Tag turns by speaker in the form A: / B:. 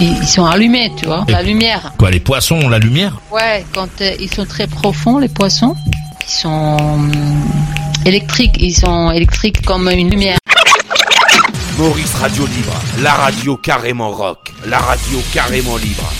A: ils, ils sont allumés, tu vois,
B: Et-
A: la lumière.
B: Quoi, les poissons ont la lumière
A: Ouais, quand euh, ils sont très profonds, les poissons, ils sont hum, électriques, ils sont électriques comme une lumière.
C: Maurice Radio Libre, la radio carrément rock, la radio carrément libre.